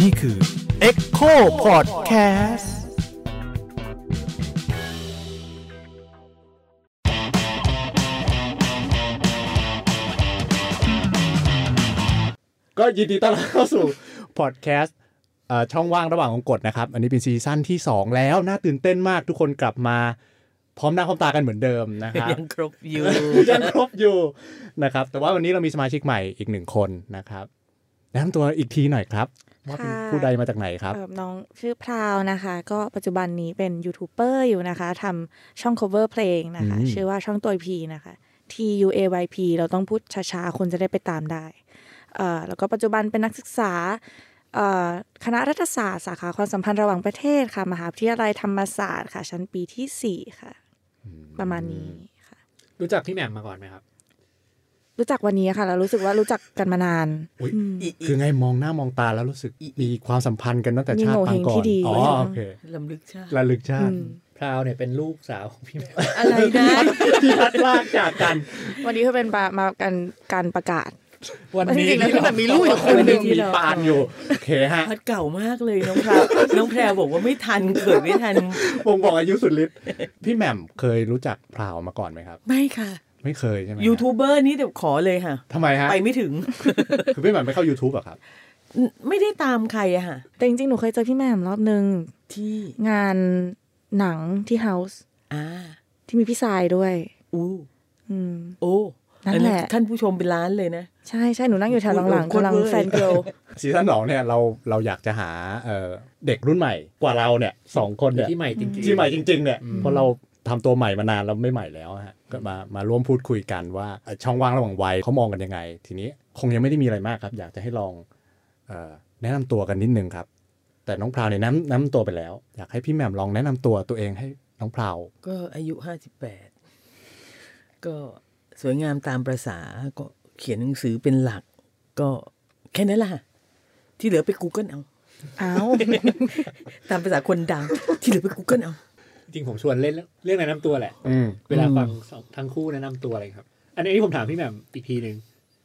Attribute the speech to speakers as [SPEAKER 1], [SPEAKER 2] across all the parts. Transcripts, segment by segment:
[SPEAKER 1] นี่คือ Echo Podcast
[SPEAKER 2] ก็ยินดีต้อนรับเข้าสู่ พอดแคสต์เอ่อช่องว่างระหว่างองกฎนะครับ อันนี้เป็นซีซั่นที่ 2 แล้ว น่าตื่นเต้นมากทุกคนกลับมา พร้อมหน้าพร้อมตากันเหมือนเดิมนะครับ
[SPEAKER 3] ยังครบอยู่
[SPEAKER 2] ยังครบอยู่นะครับ แต่ว่าวันนี้เรามีสมาชิกใหม่อีกหนึ่งคนนะครับแนะนำตัวอีกทีหน่อยครับ ว่าเป็น
[SPEAKER 4] ค่ะ
[SPEAKER 2] ผู้ใดมาจากไหนครับ
[SPEAKER 4] เอ่อน้องชื่อพราวนะคะ ก็ปัจจุบันนี้เป็นยูทูบเบอร์อยู่นะคะทำช่อง cover เพลงนะคะ
[SPEAKER 2] อืม
[SPEAKER 4] ชื่อว่าช่องตัวพีนะคะ T U A Y P เราต้องพูดช้าๆ คนจะได้ไปตามได้เอ่อแล้วก็ปัจจุบันเป็นนักศึกษาเอ่อคณะรัฐศาสตร์สาขาความสัมพันธ์ระหว่างประเทศค่ะ มหาวิทยาลัยธรรมศาสตร์ค่ะ ชั้นปีทีสี่4 ค่ะ ประมาณนี้ค่ะ
[SPEAKER 5] รู้จักพี่แหม่มมาก่อนไหมครับ
[SPEAKER 4] รู้จักวันนี้ค่ะ เรารู้สึกว่ารู้จักกันมานาน
[SPEAKER 2] อุ๊ย
[SPEAKER 4] อืม
[SPEAKER 2] คือไงมองหน้ามองตาแล้วรู้สึกมีความสัมพันธ์กันตั้งแต่
[SPEAKER 4] มี
[SPEAKER 2] ชาติ
[SPEAKER 4] โง
[SPEAKER 2] ปา
[SPEAKER 4] เห็
[SPEAKER 2] ง
[SPEAKER 4] ง
[SPEAKER 2] ก่อ
[SPEAKER 4] ที่
[SPEAKER 2] น
[SPEAKER 4] ดี
[SPEAKER 2] อ๋อโอเค
[SPEAKER 3] ลำลึกชาติ
[SPEAKER 2] ระลึกชา
[SPEAKER 4] อื
[SPEAKER 2] ติ
[SPEAKER 4] ม
[SPEAKER 5] พราวเนี่ยเป็นลูกสาวของพี่แหม่ม
[SPEAKER 3] อะไรนะ
[SPEAKER 5] ที่พัดพลากจากกัน
[SPEAKER 4] วันนี้เพื่อเป็นมามากันการประกาศ
[SPEAKER 5] วันนี้
[SPEAKER 4] จริงๆแล้วพี่แหม่มมีลูกอยู่
[SPEAKER 5] เรา
[SPEAKER 4] คนหนึ่ง
[SPEAKER 5] มีปานอยู่โอเคฮะ
[SPEAKER 3] พัดเก่ามากเลยน้องแพรว น้องแพรวบอกว่าไม่ทันเกิดไม่ทัน
[SPEAKER 2] ผมบอกอายุสุดฤทธิ์พี่แหม่มเคยรู้จักพราวมาก่อนไหมครับ
[SPEAKER 3] ไม่ค่ะ
[SPEAKER 2] ไม่เคยใช่ไหมฮะ
[SPEAKER 3] ยูทูบเบอร์นี่เดี๋ยวขอเลยค่ะ
[SPEAKER 2] ทำไมฮะ
[SPEAKER 3] ไปไม่ ถึง
[SPEAKER 2] คือพี่แหม่มไม่เข้า YouTube อะครับ
[SPEAKER 3] ไม่ได้ตามใครอะค่ะ
[SPEAKER 4] แต่จริงๆ หนูเคยเจอพี่แหม่มรอบนึง
[SPEAKER 3] ที่
[SPEAKER 4] งานหนังที่เฮาส์
[SPEAKER 3] อ่า
[SPEAKER 4] ที่มีพี่สายด้วย
[SPEAKER 3] อู้
[SPEAKER 4] อืม
[SPEAKER 3] โอ้
[SPEAKER 4] นั่นแหละ
[SPEAKER 3] อัท่านผู้ชมเป็นล้านเลยนะ
[SPEAKER 4] ใช่ใช่หนูนั่งอยู่แถวหลัง
[SPEAKER 3] โอ้โห
[SPEAKER 4] ๆ
[SPEAKER 3] โคตร
[SPEAKER 4] กำลัง
[SPEAKER 3] เวอร์
[SPEAKER 4] แฟนเกิล
[SPEAKER 2] ซีซั่นสองเนี่ยเราเราอยากจะหาเอ่อเด็กรุ่นใหม่กว่าเราเนี่ยสองคนเนี่ย
[SPEAKER 5] ที่ใหม่จริงๆ
[SPEAKER 2] ที่ใหม่จริง ๆ เนี่ยเพราะเราทำตัวใหม่มานานแล้วไม่ใหม่แล้วฮะก็มามาร่วมพูดคุยกันว่าเอ่อช่องว่างระหว่างวัยเขามองกันยังไง ทีนี้คงยังไม่ได้มีอะไรมากครับ อยากจะให้ลองเอ่อแนะนำตัวกันนิดนึงครับ แต่น้องพราวเนี่ยแนะนำแนะนำตัวไปแล้ว อยากให้พี่แหม่มลองแนะนำตัวตัวเองให้น้องพราว
[SPEAKER 3] ก็อายุห้าสิบแปดก็สวยงามตามประษาก็เขียนหนังสือเป็นหลัก ก็แค่นั้นแหละค่ะที่เหลือไป Google เอา
[SPEAKER 4] อ้าว
[SPEAKER 3] ตามภาษาคนดัง ที่เหลือไป Google เอา
[SPEAKER 5] จริงๆผมชวนเล่นเรื่องแนะนำตัวแหละ
[SPEAKER 2] อืม
[SPEAKER 5] เวลาฟังสองทั้งคู่แนะนำตัวอะไรครับ อันนี้ผมถามพี่แหม่มอีกทีหนึ่ง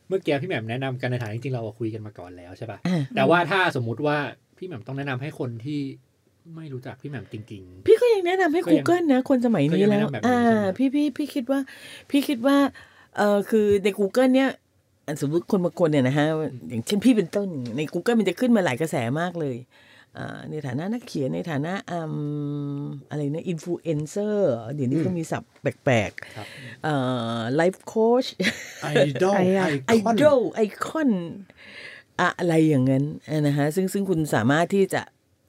[SPEAKER 5] เมื่อกี้พี่แหม่มแนะนำกันในฐานะจริงๆเราคุยกันมาก่อนแล้วใช่ปะ
[SPEAKER 3] อ่า
[SPEAKER 5] แต่ว่าถ้าสมมุติว่าพี่แหม่มต้องแนะนำให้คนที่ไม่รู้จักพี่แหม่มจริง
[SPEAKER 3] พี่ก็ยังแนะนำให้
[SPEAKER 5] ก็ยัง
[SPEAKER 3] Google นะ คนสมัยนี้แล้ว
[SPEAKER 5] ก็ยังแนะนำแบบนี้
[SPEAKER 3] อ่า
[SPEAKER 5] ใช่ไหม
[SPEAKER 3] พี่พี่พี่คิดว่า พี่คิดว่า เออคือใน Google เนี่ยอันสมมติคนบางคนเนี่ยนะฮะ อย่างเช่นพี่เป็นต้น ใน Google มันจะขึ้นมาหลายกระแสมากเลยอ่าในฐานะนักเขียน ในฐานะอืมอะไรนะ อินฟลูเอนเซอร์ เดี๋ยวนี้ก็มีศัพท์แปลก
[SPEAKER 5] ครับ
[SPEAKER 3] ๆเอ่อไลฟ์โค้ช
[SPEAKER 2] ไอดอล
[SPEAKER 3] ไอดอลไอคอนอะไรอย่างนั้นนะฮะซึ่งซึ่งคุณสามารถที่จะ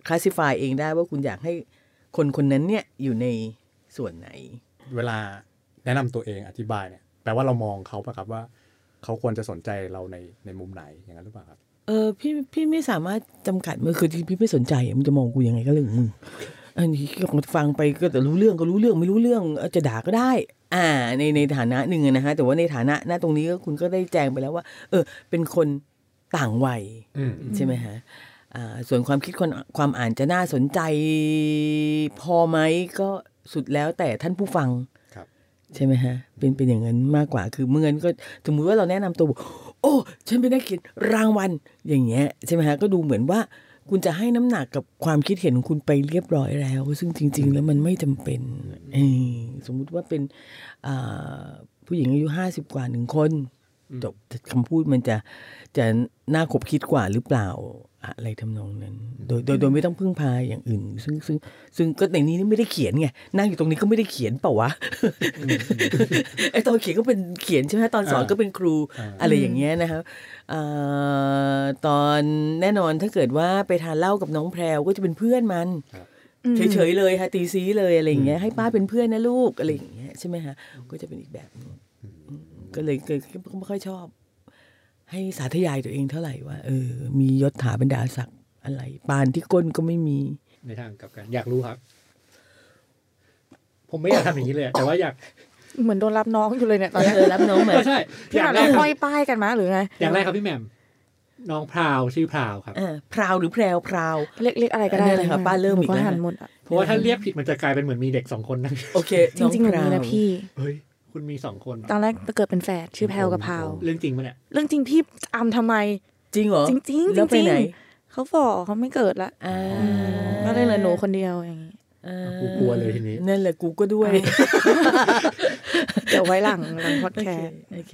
[SPEAKER 3] คลาสสิฟายเองได้ว่าคุณอยากให้คนคนนั้นเนี่ยอยู่ในส่วนไหน
[SPEAKER 2] เวลาแนะนำตัวเองอธิบายเนี่ยแปลว่าเรามองเขาปะครับว่าเขาควรจะสนใจเราในในมุมไหนอย่างนั้นหรือเปล่าครับ
[SPEAKER 3] เออพี่พี่ไม่สามารถจำกัดมือคือจริงๆพี่ไม่สนใจอะมึงจะมองกูยังไงก็เรื่องของมึง อันนี้ก็ฟังไปก็แต่รู้เรื่องก็รู้เรื่องไม่รู้เรื่องเออจะด่าก็ได้ อ่า ในในฐานะหนึ่งอะนะฮะแต่ว่าในฐานะหน้าตรงนี้ก็คุณก็ได้แจงไปแล้วว่า เออ เป็นคนต่างวัย
[SPEAKER 2] อืม
[SPEAKER 3] ใช่ไหมฮะอ่าส่วนความคิดคนความอ่านจะน่าสนใจพอไหมก็สุดแล้วแต่ท่านผู้ฟัง
[SPEAKER 2] ครับ
[SPEAKER 3] ใช่ไหมฮะ เป็นเป็นอย่างนั้นมากกว่าคือเมื่อนั้นก็สมมติว่าเราแนะนำตัวบอกโอ้ ฉันเป็นนักเขียนรางวัลอย่างเงี้ยใช่ไหมฮะก็ดูเหมือนว่าคุณจะให้น้ำหนักกับความคิดเห็นของคุณไปเรียบร้อยแล้ว ซึ่งจริง ๆ แล้วมันไม่จำเป็นเออสมมุติว่าเป็นอ่าผู้หญิงอายุห้าสิบกว่าหนึ่งคน จบคำพูดมันจะจะน่าขบคิดกว่าหรือเปล่าอะไรทำนองนั้น โดยโดยโดยไม่ต้องพึ่งพาอย่างอื่น ซึ่งซึ่งซึ่งก็ในนี้นี่ไม่ได้เขียนไงนั่งอยู่ตรงนี้ก็ไม่ได้เขียนเปล่าวะ ไอตอนเขียนก็เป็นเขียนใช่ไหมตอนสอน
[SPEAKER 2] อ่า
[SPEAKER 3] ก็เป็นครู
[SPEAKER 2] อ่า
[SPEAKER 3] อะไรอย่างเงี้ยนะครับเอ่อตอนแน่นอนถ้าเกิดว่าไปทานเหล้ากับน้องแพรวก็จะเป็นเพื่อนมัน เฉยๆเลยค่ะตีซีเลยอะไรอย่างเงี้ยให้ป้าเป็นเพื่อนนะลูกอะไรอย่างเงี้ยใช่ไหมคะก็จะเป็นอีกแบบหนึ่งก็เลยก็ก็ไม่ค่อยชอบ ให้สาธยายตัวเองเท่าไหร่ว่าเออ มียศถาบรรดาศักดิ์อะไร ปานที่ก้นก็ไม่มี
[SPEAKER 5] ๆ ในทางกลับกันอยากรู้ครับ ผมไม่อยากทำอย่างนี้เลยอะแต่ว่าอย าก
[SPEAKER 4] เหมือนโดนรับน้องอยู่เลยเนี่ยตอนเนี้ย
[SPEAKER 3] เออรับน้องมา
[SPEAKER 5] ก็ใช่อ
[SPEAKER 4] พี่ห
[SPEAKER 5] ยา
[SPEAKER 4] ม่ม
[SPEAKER 5] กแร
[SPEAKER 4] เรา
[SPEAKER 5] ก
[SPEAKER 4] ห้อยป้ายกันมาหรือไง
[SPEAKER 5] อย่างแรกครับพี่แหม่มน้องพราวชื่อพราวครับ
[SPEAKER 3] อ่าพราวหรือแพรวพราว
[SPEAKER 4] เรียกเรียกอะไรก็ได้
[SPEAKER 3] อันนี้อะไรคะป้าเริ่ม
[SPEAKER 4] หนู
[SPEAKER 3] อีก
[SPEAKER 4] ก็
[SPEAKER 3] แล้ว
[SPEAKER 4] หันหมดอะ
[SPEAKER 5] เพราะว่าถ้าเรียกผิดมันจะกลายเป็นเหมือนมีเด็กสองคนนั่งอยู่
[SPEAKER 3] โอเค
[SPEAKER 4] จริงๆหนู
[SPEAKER 3] พราว
[SPEAKER 4] มีนะพี่
[SPEAKER 5] เฮ้ย คุณมีสองคนเหรอ
[SPEAKER 4] ตอนแรกเกิดเป็นแฝดชื่อแพลวกับพาว
[SPEAKER 5] เรื่องจริงปะเนี่ย
[SPEAKER 4] เรื่องจริงพี่อามทำไม
[SPEAKER 3] จริงเหรอ
[SPEAKER 4] จริงๆจริงๆ
[SPEAKER 3] แล้วไปไหน
[SPEAKER 4] เขาบอกเขาไม่เกิดละ
[SPEAKER 3] อ่า
[SPEAKER 4] ก็เลยเหลือหนูคนเดียวอย่างนี้
[SPEAKER 3] อ่า
[SPEAKER 5] กูกลัวเลยทีนี้
[SPEAKER 3] นั่นแหละกูก็ด้วย
[SPEAKER 4] เดี๋ยวไว้หลังหลังพอดแคสต์
[SPEAKER 3] โอเค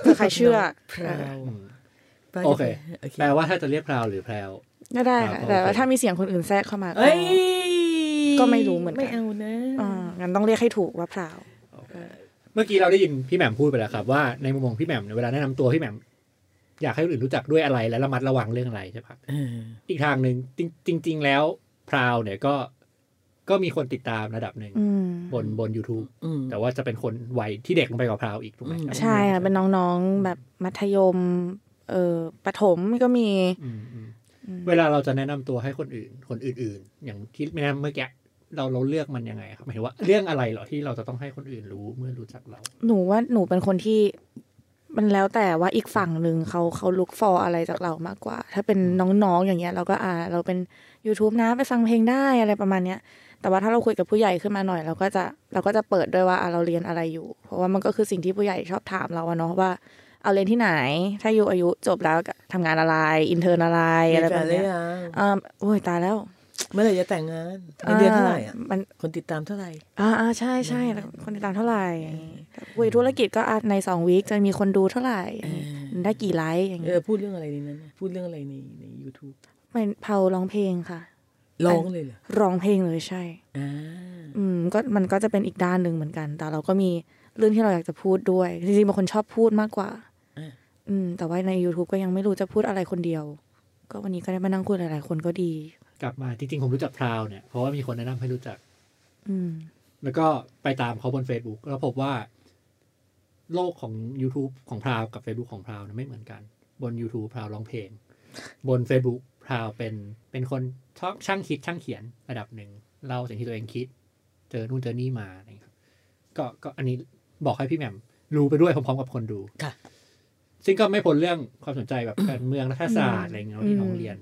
[SPEAKER 4] เผื่อใครเชื่อ
[SPEAKER 3] พราว
[SPEAKER 5] โอเค
[SPEAKER 3] โอเค
[SPEAKER 5] แปลว่าถ้าจะเรียกพราวหรือแพรว
[SPEAKER 4] ก็ได้ค่ะ
[SPEAKER 5] อ่าโอเค
[SPEAKER 4] แต่ว่าถ้ามีเสียงคนอื่นแทรกเข้ามาก็
[SPEAKER 3] เอ้ย
[SPEAKER 4] ก็ไม่รู้เหมือนกัน
[SPEAKER 3] ไม่เอานะ
[SPEAKER 4] อ่างั้นต้องเรียกให้ถูกว่าพราว
[SPEAKER 5] เมื่อกี้เราได้ยินพี่แหม่มพูดไปแล้วครับว่าในมุมมองพี่แหม่มเนี่ยเวลาแนะนำตัวพี่แหม่มอยากให้คนอื่นรู้จักด้วยอะไรและระมัดระวังเรื่องอะไรใช่ปะ
[SPEAKER 3] เออ
[SPEAKER 5] อีกทางหนึ่งจริงจริง ๆ แล้วพราวเนี่ยก็ก็มีคนติดตามระดับหนึ่ง
[SPEAKER 4] อืม
[SPEAKER 5] บนบน YouTube
[SPEAKER 3] อืม
[SPEAKER 5] แต่ว่าจะเป็นคนวัยที่เด็กลงไปกว่าพราวอีกถูกไหม
[SPEAKER 3] อืม
[SPEAKER 5] ครับ
[SPEAKER 4] ใช่ค่ะเป็นน้องๆแบบมัธยม เอ่อประถมก็มี
[SPEAKER 5] อืมอืม
[SPEAKER 4] อืม
[SPEAKER 5] เวลาเราจะแนะนำตัวให้คนอื่น คนอื่น ๆ อย่างที่แนะนำเมื่อกี้เราเราเลือกมันยังไงครับหมายถึงว่าเรื่องอะไรเหรอที่เราจะต้องให้คนอื่นรู้เมื่อรู้จักเรา
[SPEAKER 4] หนูว่าหนูเป็นคนที่มันแล้วแต่ว่าอีกฝั่งหนึ่งเขาเขาลุกฟออะไรจากเรามากกว่า ถ้าเป็นน้องๆอย่างเงี้ย เราก็อ่าเราเป็น YouTube นะไปฟังเพลงได้อะไรประมาณเนี้ย แต่ว่าถ้าเราคุยกับผู้ใหญ่ขึ้นมาหน่อย เราก็จะเราก็จะเปิดด้วยว่าอ่ะเราเรียนอะไรอยู่ เพราะว่ามันก็คือสิ่งที่ผู้ใหญ่ชอบถามเราอะเนาะว่าเอาเรียนที่ไหน ถ้าอยู่อายุจบแล้วทำงานอะไรอินเทอร์อะไร
[SPEAKER 3] มี
[SPEAKER 4] อะไร
[SPEAKER 3] แฟ
[SPEAKER 4] แบ
[SPEAKER 3] น
[SPEAKER 4] บ
[SPEAKER 3] หรื
[SPEAKER 4] เนี้
[SPEAKER 3] อย ยัง
[SPEAKER 4] อ่าโอ้ยตายแล้ว
[SPEAKER 3] เมื่อไหร่จะแต่งงานเงินเดือนเท่าไหร่อ่ะ
[SPEAKER 4] มัน
[SPEAKER 3] คนติดตามเท่าไหร่
[SPEAKER 4] อ่าอ่าใช่ใช่แล้วคนติดตามเท่าไหร่คุยธุรกิจก็อ่ะในสองวีคจะมีคนดูเท่าไหร่
[SPEAKER 3] เออ
[SPEAKER 4] ได้กี่ไลค์อย่าง
[SPEAKER 3] เอ
[SPEAKER 4] เงี้
[SPEAKER 3] อย พูดเรื่องอะไรในนั้นน่ะพูดเรื่องอะไรในใน YouTube
[SPEAKER 4] เป็นเผาร้องเพลงค่ะ
[SPEAKER 3] ร้องเลยเหรอ
[SPEAKER 4] ร้องเพลงเลยใช่
[SPEAKER 3] อ่า
[SPEAKER 4] อืมก็มันก็จะเป็นอีกด้านหนึ่งเหมือนกัน แต่เราก็มีเรื่องที่เราอยากจะพูดด้วยจริงๆบางคนชอบพูดมากกว่า
[SPEAKER 3] อ่ะ
[SPEAKER 4] อืม แต่ว่าใน YouTube ก็ยังไม่รู้จะพูดอะไรคนเดียว ก็วันนี้ก็ได้มานั่งคุยหลายๆคนก็ดี
[SPEAKER 5] กลับมาจริง ๆ ผมรู้จักพราวเนี่ยเพราะว่ามีคนแนะนำให้รู้จัก
[SPEAKER 4] อืม
[SPEAKER 5] แล้วก็ไปตามเขาบน Facebook แล้วพบว่า โลกของ YouTube ของพราวกับ Facebook ของพราวนะไม่เหมือนกัน บน YouTube พราวร้องเพลง บน Facebook พราวเป็นเป็นคนชอบช่างคิดช่างเขียนระดับหนึ่งเล่าสิ่งที่ตัวเองคิด เจอนู่นเจอนี่มาอะไรอย่างเงี้ยครับก็ก็อันนี้บอกให้พี่แหม่มรู้ไปด้วยพร้อมๆกับคนดู
[SPEAKER 3] ค่ะ
[SPEAKER 5] ซึ่งก็ไม่พ้นเรื่องความสนใจแบบการเมืองรัฐศาสตร์อะไรอย่างเงี้ยเนอะที่น้อง
[SPEAKER 4] อืม
[SPEAKER 5] เรียน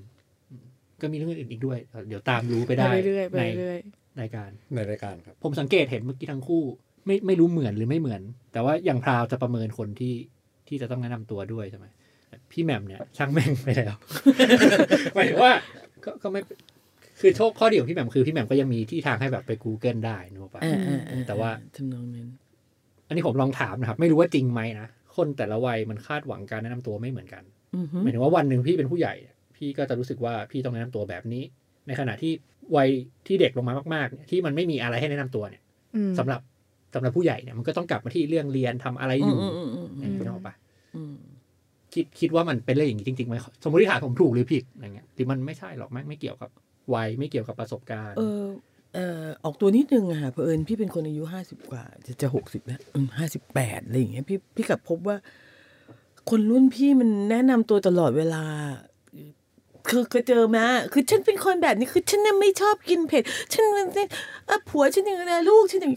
[SPEAKER 5] อืมก็มีเรื่องอื่นๆอีกด้วย เดี๋ยวตามรู้ไปได้
[SPEAKER 4] ไปเรื่อยๆไป
[SPEAKER 5] ใน
[SPEAKER 4] เรื่อย
[SPEAKER 5] รายการ
[SPEAKER 2] ในรายการครับ
[SPEAKER 5] ผมสังเกตเห็นเมื่อกี้ทั้งคู่ ไม่ไม่รู้เหมือนหรือไม่เหมือน แต่ว่าอย่างพราวจะประเมินคนที่ที่จะต้องแนะนำตัวด้วยใช่ไหมพี่แหม่มเนี่ยช่างแม่งไปแล้ว หมายถึงว่าก็ก็ไม่คือโชคข้อดีของพี่แหม่มคือพี่แหม่มก็ยังมีที่ทางให้แบบไป Google ได้นึกออกปะ
[SPEAKER 3] อ่าอ่าอ่
[SPEAKER 5] แต่ว่า
[SPEAKER 3] ทำนองนั้น
[SPEAKER 5] อันนี้ผมลองถามนะครับ ไม่รู้ว่าจริงไหมนะคนแต่ละวัยมันคาดหวังการแนะนำตัวไม่เหมือนกัน
[SPEAKER 3] อือหือ
[SPEAKER 5] หมายถึงว่าวันหนึ่งพี่เป็นผู้ใหญ่เนี่ยพี่ก็จะรู้สึกว่าพี่ต้องแนะนำตัวแบบนี้ ในขณะที่วัยที่เด็กลงมามากๆเนี่ยที่มันไม่มีอะไรให้แนะนำตัวเนี่ย
[SPEAKER 4] ๆอืม
[SPEAKER 5] สำหรับสำหรับผู้ใหญ่เนี่ยมันก็ต้องกลับมาที่เรื่องเรียนทำอะไรอยู่
[SPEAKER 3] มอืมอืม
[SPEAKER 5] อ
[SPEAKER 3] อื
[SPEAKER 5] ย่าง
[SPEAKER 3] ม
[SPEAKER 5] นี้นึกออกปะ
[SPEAKER 3] อืม
[SPEAKER 5] คิดคิดว่ามันเป็นเรื่องอย่างนี้จริงๆไหมสมมติฐานผมถูกหรือผิดอย่างเงี้ยหรือมันไม่ใช่หรอกไม่งไม่เกี่ยวกับวัยไม่เกี่ยวกับประสบการณ์
[SPEAKER 3] เออเอ่อออกตัวนิดนึงอะค่ะเผอิญพี่เป็นคนอายุห้าสิบกว่า จะจะหกสิบแล้วห้าสิบแปดอะไรอย่างเงี้ยพี่พี่กลับพบว่า คนรุ่นพี่มันแนะนำตัวตลอดเวลา คือก็เจอมาคือฉันเป็นคนแบบนี้คือฉันน่ะไม่ชอบกินเผ็ด ฉันน่ะเอ่อผัวฉันอย่างนี้นะลูกฉันอย่างนี้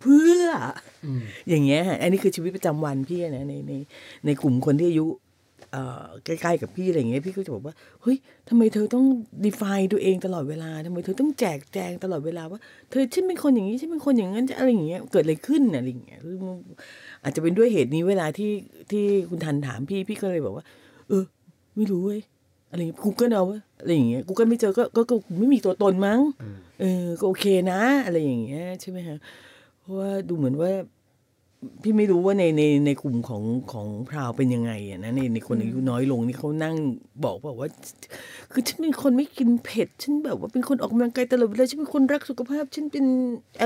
[SPEAKER 3] เพื่อ
[SPEAKER 5] ม
[SPEAKER 3] อย่างเงี้ยฮะอันนี้คือชีวิตประจำวันพี่อะนะในในในกลุ่มคนที่อายุเอ่อใกล้ๆกับพี่อะไรอย่างเงี้ยพี่ก็จะบอกว่าเฮ้ยทำไมเธอต้อง define ตัวเองตลอดเวลาทำไมเธอต้องแจกแจงตลอดเวลาว่าเธอฉันเป็นคนอย่างนี้ฉันเป็นคนอย่างนั้นจะอะไรอย่างเงี้ยเกิดอะไรขึ้นน่ะอะไรอย่างเงี้ยหรืออาจจะเป็นด้วยเหตุนี้เวลาที่ที่คุณทันถามพี่พี่ก็เลยบอกว่า เออ ไม่รู้เว้ยอะไรอย่างเงี้ยกูก็เอาเว้ยอะไรอย่างเงี้ยกูก็ไม่เจอก็ก็ก็ไม่มีตัวตนมั้งเออก็โอเคนะ อะไรอย่างเงี้ยใช่ไหมฮะเพราะว่าดูเหมือนว่า พี่ไม่รู้ว่าในในในกลุ่มของของพราวเป็นยังไงอะนะในในคนอายุน้อยลงนี่เขานั่งบอกบอกว่า คือฉันเป็นคนไม่กินเผ็ด ฉันแบบว่าเป็นคนออกกำลังกายตลอดเวลาฉันเป็นคนรักสุขภาพ ฉันเป็น